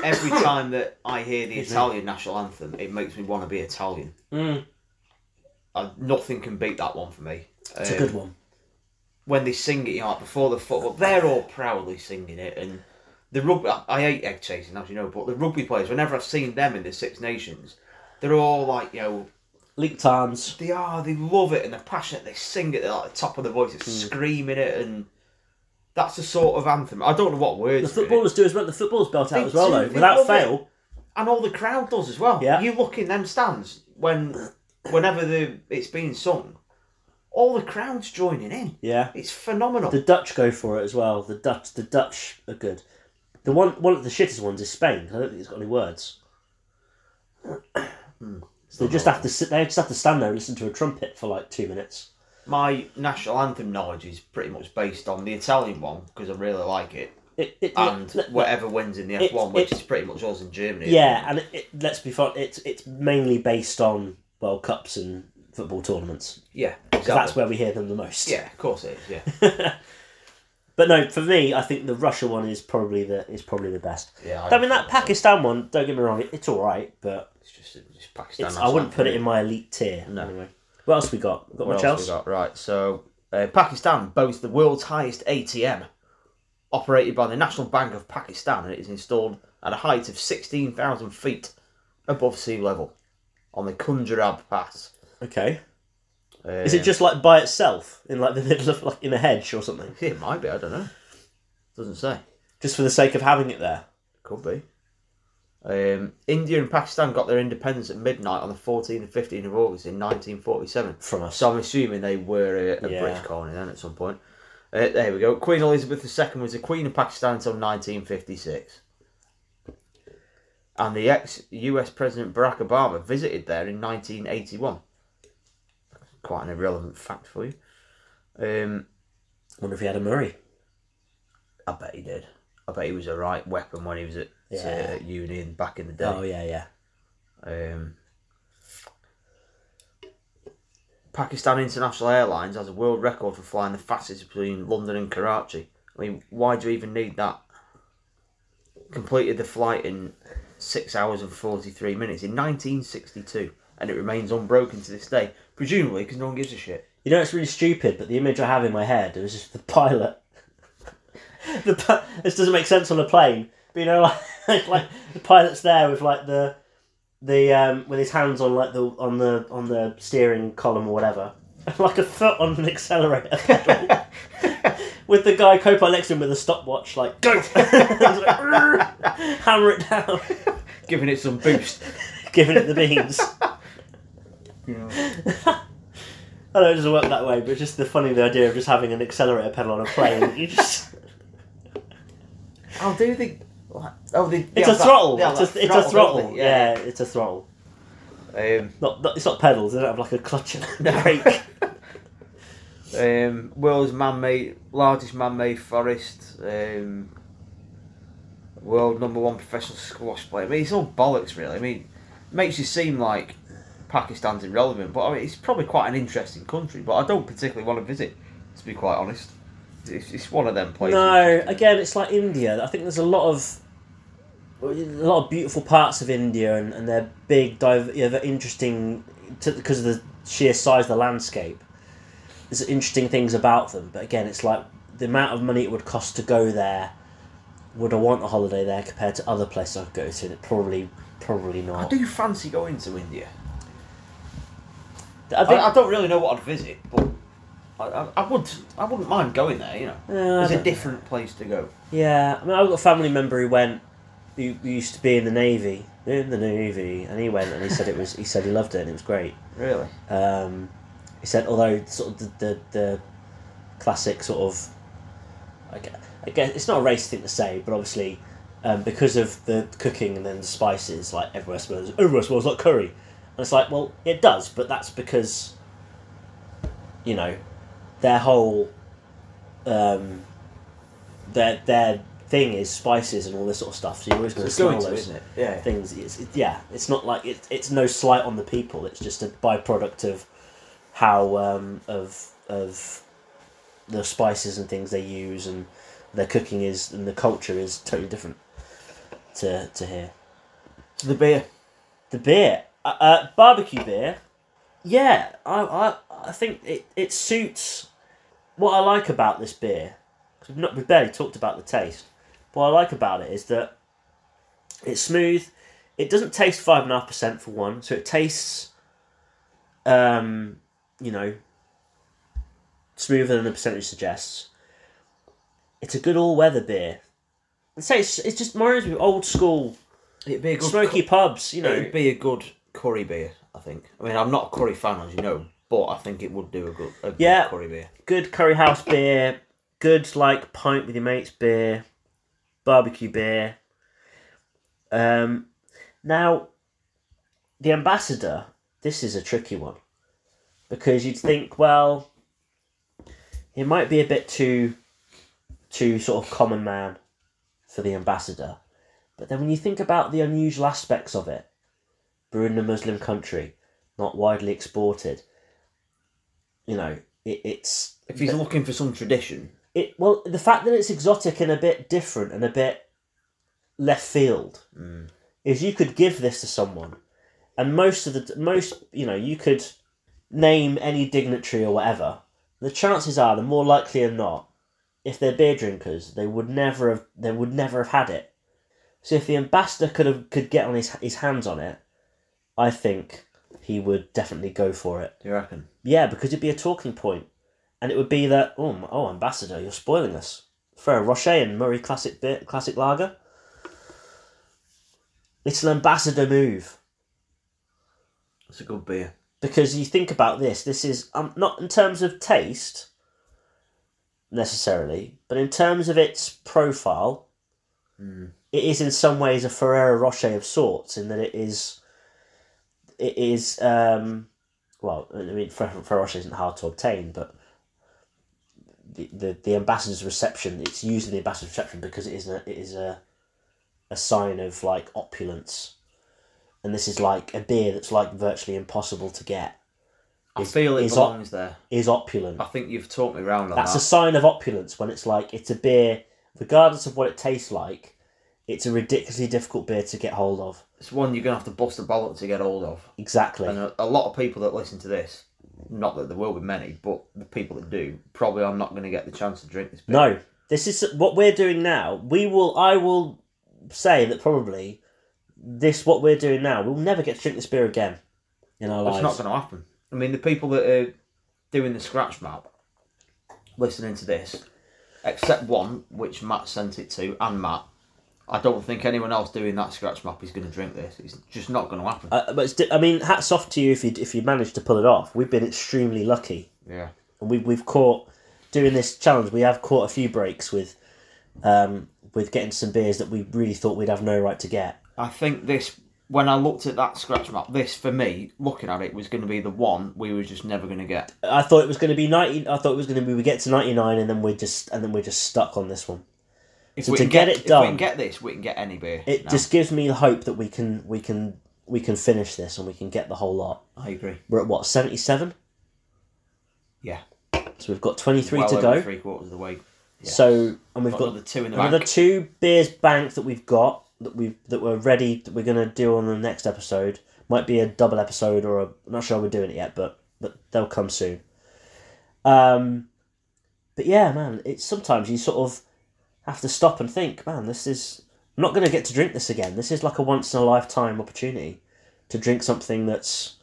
every time that I hear the Italian national anthem, it makes me want to be Italian. Mm. I, nothing can beat that one for me. It's a Um, good one. when they sing it, you know, like before the football, they're all proudly singing it. And the rugby, I, I hate egg chasing, as you know, but the rugby players, whenever I've seen them in the Six Nations, they're all like, you know, Linked arms. they are, they love it and they're passionate, they sing it, they're like the top of their voices, Hmm. screaming it. And that's the sort of anthem. I don't know what words. are The in it. footballers do as well. The footballers belt out They as well, do, though, they without love fail. and all the crowd does as well. Yeah. You look in them stands when, whenever the it's being sung, all the crowd's joining in. Yeah. It's phenomenal. The Dutch go for it as well. The Dutch, the Dutch are good. The one, one of the shittest ones is Spain. 'cause I don't think it's got *coughs* any words. Hmm. so they just have to sit. They just have to stand there and listen to a trumpet for like two minutes. My national anthem knowledge is pretty much based on the Italian one because I really like it, It, it, and let- let- whatever wins in the F one, it- which is pretty much us in Germany. yeah, and it, it, let's be fun. It's it's mainly based on World Cups and football tournaments. yeah, 'Cause That's exactly. where we hear them the most. Yeah, of course it is. *laughs* Yeah, But no, for me, I think the Russia one is probably the is probably the best. yeah. I mean that Pakistan one. Don't get me wrong, it, it's all right, but It's just, it's just Pakistan. It's, I national wouldn't put it in anthem. my elite tier. No. Anyway. What else we got? We got What much else else? we got? Right, so uh, Pakistan boasts the world's highest ATM, operated by the National Bank of Pakistan, and it is installed at a height of sixteen thousand feet above sea level on the Kunjarab Pass. Okay. Uh, Is it just like by itself in like the *laughs* middle of like in a hedge or something? It might be. I don't know. Doesn't say. Just for the sake of having it there. Could be. Um, India and Pakistan got their independence at midnight on the 14th and 15th of August in 1947. From us. So I'm assuming they were a, a Yeah. British colony then at some point. Uh, there we go. Queen Elizabeth II was the Queen of Pakistan until 1956. And the ex US President Barack Obama visited there in 1981. Quite an irrelevant fact for you. Um, Wonder if he had a Murray. I bet he did. I bet he was a right weapon when he was at Yeah. uh, uni and back in the day. Oh yeah, yeah. Um, Pakistan International Airlines has a world record for flying the fastest between London and Karachi. I mean, why do you even need that? Completed the flight in six hours and forty-three minutes in 1962, and it remains unbroken to this day, presumably because no one gives a shit. *laughs* You know it's really stupid, but the image I have in my head is just the pilot. *laughs* the pi- this doesn't make sense on a plane, but you know *laughs* like like the pilot's there with like the the um with his hands on like the on the on the steering column or whatever, *laughs* like a foot on an accelerator. *laughs* pedal. with the guy co-pilot next to him with a stopwatch, like go, *laughs* He's like, "Rrr," hammer it down, *laughs* Giving it some boost. giving it the beans. I know it doesn't work that way, but it's just the funny the idea of just having an accelerator pedal on a plane. you just I'll do the. Like, oh, they, they It's have a that- throttle. they have It's a, that it's a don't throttle. they? Yeah. it's a throttle. Um, Not, not it's not pedals. They don't have like a clutch *laughs* and a brake. Um, world's man-made largest man-made forest. Um, world number one professional squash player. I mean, it's all bollocks, really. I mean, it makes you seem like Pakistan's irrelevant, but I mean, it's probably quite an interesting country. But I don't particularly want to visit, to be quite honest. It's, it's one of them places. no, again, it's like India. I think there's a lot of a lot of beautiful parts of India, and, and they're big, div- yeah, they're interesting to, because of the sheer size of the landscape. There's interesting things about them, but again, it's like the amount of money it would cost to go there. Would I want a holiday there compared to other places I could go to? Probably, probably I not. do fancy going to India. I I, think- uh, I don't really know what I'd visit, but I, I, I would I wouldn't mind going there. You know, Yeah, I it's a don't- different place to go. Yeah, I mean, I've got a family member who went, who who used to be in the navy, in the navy, and he went and he said it was, he said he loved it and it was great. Really, Um, he said although sort of the the, the classic sort of, I guess, I guess it's not a race thing to say, but obviously. Um, because of the cooking and then the spices, like everywhere smells, everywhere smells like curry, and it's like, well, it does, but that's because, you know, their whole um, their their thing is spices and all this sort of stuff. So you're always going to it's smell going to, those isn't it? Yeah. things. It's, it, yeah, it's not like it, it's no slight on the people. It's just a byproduct of how um, of of the spices and things they use and their cooking is and the culture is totally different to to here. To the beer. The beer, uh, uh, barbecue beer. Yeah, I, I, I think it, it suits what I like about this beer. 'Cause We've, not, we've barely talked about the taste. What I like about it is that it's smooth. It doesn't taste five and a half percent for one, so it tastes, um, you know, smoother than the percentage suggests. It's a good all-weather beer. I say it's, it's just reminds me of old school It'd be a good smoky pubs, you know. It'd be a good curry beer, I think. I mean, I'm not a curry fan, as you know, but I think it would do a good, a good Yeah. curry beer. good curry house beer, good like pint with your mates beer, barbecue beer. Um, now, the ambassador. This is a tricky one because you'd think, well, it might be a bit too, too sort of common man for the ambassador, but then when you think about the unusual aspects of it, brewed in a Muslim country, not widely exported. You know, it, it's If he's looking for some tradition, it well the fact that it's exotic and a bit different and a bit left field is you could give this to someone and most of the most you know you could name any dignitary or whatever the chances are the more likely than not if they're beer drinkers they would never have they would never have had it so if the ambassador could have could get on his his hands on it i think he would definitely go for it do you reckon? yeah, because it'd be a talking point, and it would be that oh, m- oh ambassador, you're spoiling us for a Rocher and Murray classic bit classic lager. It's an ambassador move It's a good beer. because you think about this. This is um, not in terms of taste necessarily, but in terms of its profile, it is in some ways a Ferrero Rocher of sorts in that it is. It is um, well, I mean, Fer- Ferrero Rocher isn't hard to obtain, but the, the the ambassador's reception. It's used in the ambassador's reception because it is a it is a a sign of like opulence, and this is like a beer that's like virtually impossible to get. I feel it is op- belongs there. Is opulent. I think you've taught me round on That's a that. sign of opulence when it's like it's a beer, regardless of what it tastes like. It's a ridiculously difficult beer to get hold of. It's one you're gonna have to bust a ballot to get hold of. Exactly. And a, a lot of people that listen to this, not that there will be many, but the people that do, probably are not gonna get the chance to drink this beer. No, this is what we're doing now. We will. I will say that probably this what we're doing now. We'll never get to drink this beer again in our It's lives. not going to happen. I mean, the people that are doing the scratch map, listening to this, except one, which Matt sent it to, and Matt, I don't think anyone else doing that scratch map is going to drink this. It's just not going to happen. Uh, but it's, di- I mean, hats off to you if you if you managed to pull it off. We've been extremely lucky. yeah. and we've we've caught doing this challenge. We have caught a few breaks with, um, with getting some beers that we really thought we'd have no right to get. I think this, when I looked at that scratch map, this for me, looking at it, was going to be the one we were just never going to get. I thought it was going to be ninety. I thought it was going to be we get to ninety nine and then we're just and then we're just stuck on this one. If So we to can get it if we done- can get this, we can get any beer. It now. just gives me the hope that we can we can we can finish this and we can get the whole lot. I agree. We're at what seventy seven, Yeah. so we've got twenty three Well to over go. Three quarters of the way. Yeah. So and we've Got got another two in the another bank. two beers bank that we've got that we that we're ready that we're gonna do on the next episode. Might be a double episode or a I'm not sure we're doing it yet, but but they'll come soon. Um, but yeah, man, it's sometimes you sort of have to stop and think, man, this is I'm not gonna get to drink this again. This is like a once in a lifetime opportunity to drink something that's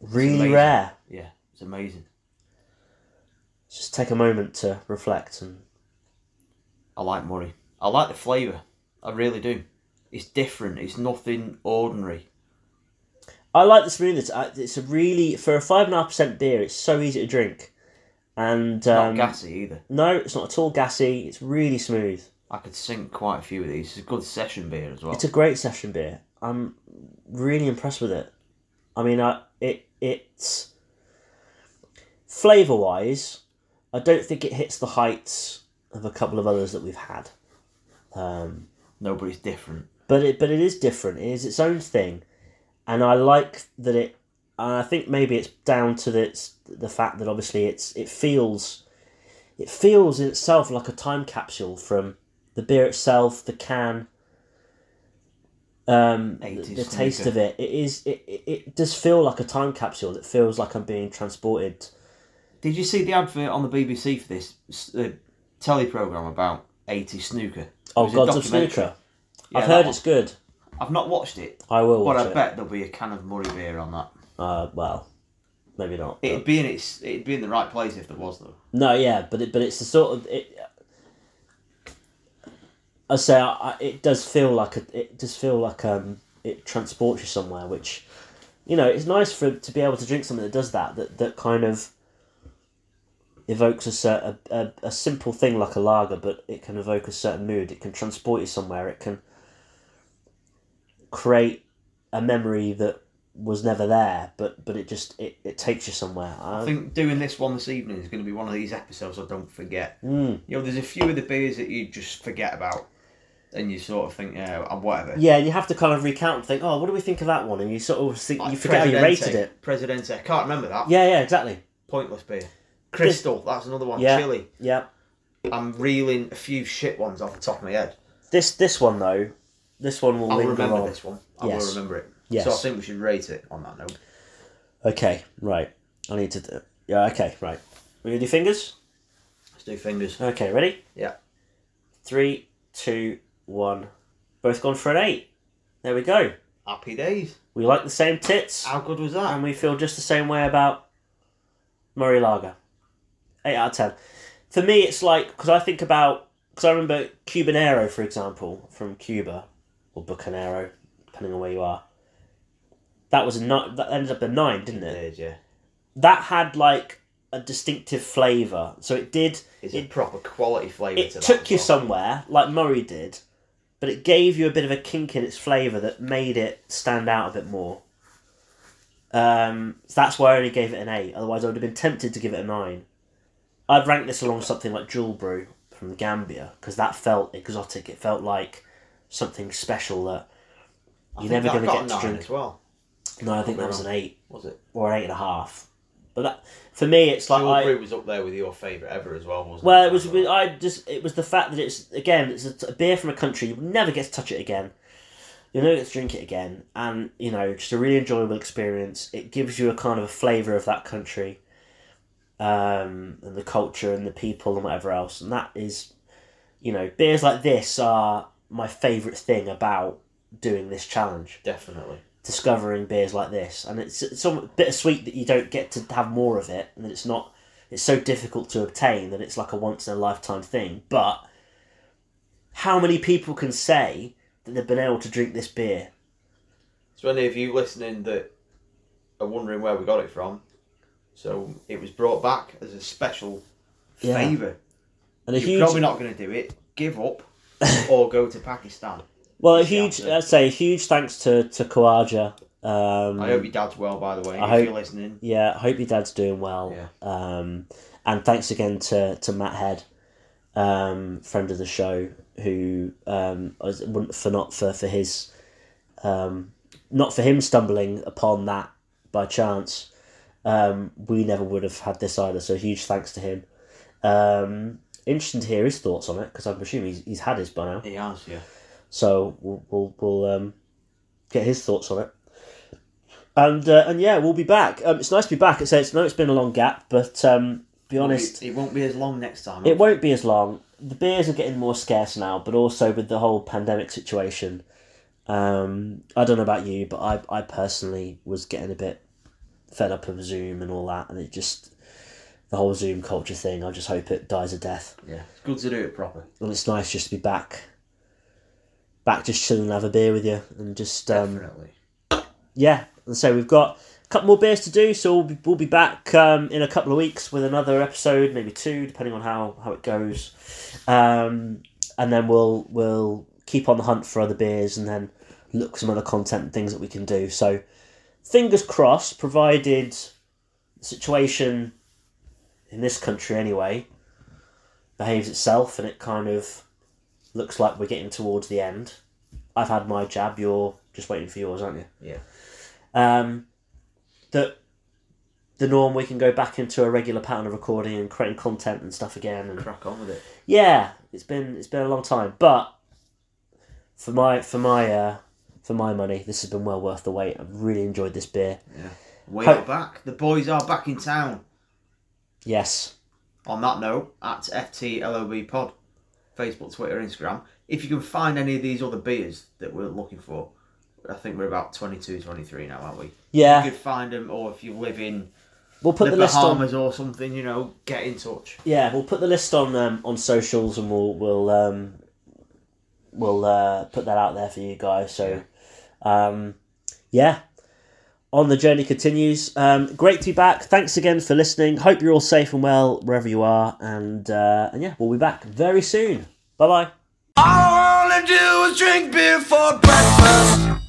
really amazing. rare. Yeah, it's amazing. just take a moment to reflect and I like Murray. I like the flavour. I really do. It's different. It's nothing ordinary. I like the smoothness. I- It's a really for a five and a half percent beer. It's so easy to drink, and Not um, gassy either. no, it's not at all gassy. It's really smooth. I could sink quite a few of these. It's a good session beer as well. It's a great session beer. I'm really impressed with it. I mean, I it it's flavor wise, I don't think it hits the heights of a couple of others that we've had. Um, no, but it's different. but it but it is different. It is its own thing, and I like that it. And I think maybe it's down to the it's the fact that obviously it's it feels, it feels in itself like a time capsule from the beer itself, the can. Um, the, 80s the taste snooker. of it, it is it, it, it does feel like a time capsule. It feels like I'm being transported. Did you see the advert on the BBC for this s- uh, telly programme about 80 snooker? It Oh, was a gods of documentary. snooker! Yeah, I've that heard one. it's good. I've not watched it, I will but watch I it. bet there'll be a can of Murray beer on that. Uh, well, maybe not. but- It'd be in its. It'd be in the right place if there was though. No, yeah, but it, but it's the sort of it. I say I, I- it does feel like a, it does feel like um it transports you somewhere, which, you know, it's nice for to be able to drink something that does that that that kind of evokes a certain a, a, a simple thing like a lager, but it can evoke a certain mood. It can transport you somewhere. It can create a memory that was never there, but but it just it, it takes you somewhere. I I, think doing this one this evening is going to be one of these episodes I don't forget. Mm. You know, there's a few of the beers that you just forget about, and you sort of think, yeah, and whatever. Yeah, and you have to kind of recount and think, oh, what do we think of that one? And you sort of think, you forget how you rated it. Presidente, I can't remember that. Yeah, yeah, exactly. Pointless beer. Crystal, that's another one. Yeah. Chili. Yeah. I'm reeling a few shit ones off the top of my head. This this one though, this one will I'll linger remember on. this one. I Yes. will remember it. Yes. So I think we should rate it on that note. Okay, right. I need to. Do... Yeah. Okay, right. We gonna do fingers. Let's do fingers. Okay, ready? Yeah. Three, two, one. Both gone for an eight. There we go. Happy days. We like the same tits, How good was that? and we feel just the same way about Murray Lager. Eight out of ten. For me, it's like because I think about because I remember Cubanero, for example, from Cuba, or Bucanero, depending on where you are. That was a ni- that ended up a nine, didn't it? Days, yeah. That had like a distinctive flavour, so it did. It's a It, proper quality flavour it to that. took as you well. somewhere, like Murray did, but it gave you a bit of a kink in its flavour that made it stand out a bit more. Um, so that's why I only gave it an eight. Otherwise, I would have been tempted to give it a nine. I'd rank this along something like Jewel Brew from the Gambia because that felt exotic. It felt like something special that I you're think never that going to got get a to nine drink. as well. No, I think that Probably was an eight Was it? or an eight and a half. But that for me, it's like Jewel I- Brew was up there with your favourite ever as well, wasn't Well, it? it was. I just. It was the fact that it's again. It's a, a beer from a country you never get to touch it again. You never get to drink it again, and you know, just a really enjoyable experience. It gives you a kind of a flavour of that country, um, and the culture and the people and whatever else. And that is, you know, beers like this are my favourite thing about doing this challenge Definitely. discovering beers like this, and it's it's somewhat bittersweet that you don't get to have more of it, and that it's not it's so difficult to obtain that it's like a once in a lifetime thing. But how many people can say that they've been able to drink this beer? So any of you listening that are wondering where we got it from, so it was brought back as a special Yeah. favour. And a You're huge probably not going to do it. Give *laughs* up or go to Pakistan. well, a Yeah, huge yeah. I'd say a huge thanks to to Kawaja. Um, I hope your dad's well, by the way. I if hope- you're listening, Yeah, I hope your dad's doing well. Yeah. Um, and thanks again to, to Matt Head, um, friend of the show, who um, was- wouldn't for not for for his, um, not for him stumbling upon that by chance. Um, we never would have had this either. So huge thanks to him. Um, interesting to hear his thoughts on it because I'm assuming he's, he's had his by now. he has, yeah. So we'll we'll, we'll um, get his thoughts on it. And uh, and yeah, we'll be back. Um, it's nice to be back. It's it's no, it's been a long gap, but um, be honest, It, it won't be as long next time. it won't be as long. The beers are getting more scarce now, but also with the whole pandemic situation. Um, I don't know about you, but I I personally was getting a bit fed up of Zoom and all that, and it just the whole Zoom culture thing. I just hope it dies a death. Yeah, it's good to do it proper. And it's nice just to be back, back just chilling and have a beer with you and just um, Definitely. yeah. And so we've got a couple more beers to do, so we'll be, we'll be back um, in a couple of weeks with another episode, maybe two, depending on how how it goes. Um, and then we'll we'll keep on the hunt for other beers, and then look some other content and things that we can do. So fingers crossed, provided the situation in this country anyway behaves itself and it kind of looks like we're getting towards the end. I've had my jab. You're just waiting for yours, aren't you? Yeah. um, that the norm we can go back into a regular pattern of recording and creating content and stuff again and Crack on with it. yeah it's been it's been a long time but for my for my uh, for my money this has been well worth the wait I've really enjoyed this beer We Ho- are back. The boys are back in town. yes On that note, at FTLOB Pod, Facebook, Twitter, Instagram. If you can find any of these other beers that we're looking for, I think we're about 22, 23 now, aren't we? If You yeah could find them, or if you live in we'll put the, the, list on Bahamas or something, you know, get in touch. yeah we'll put the list on um, on socials and we'll we'll um, we'll uh, put that out there for you guys so um, yeah on the journey continues um, great to be back thanks again for listening hope you're all safe and well wherever you are and uh, and yeah we'll be back very soon bye bye All I wanna do is drink beer for breakfast.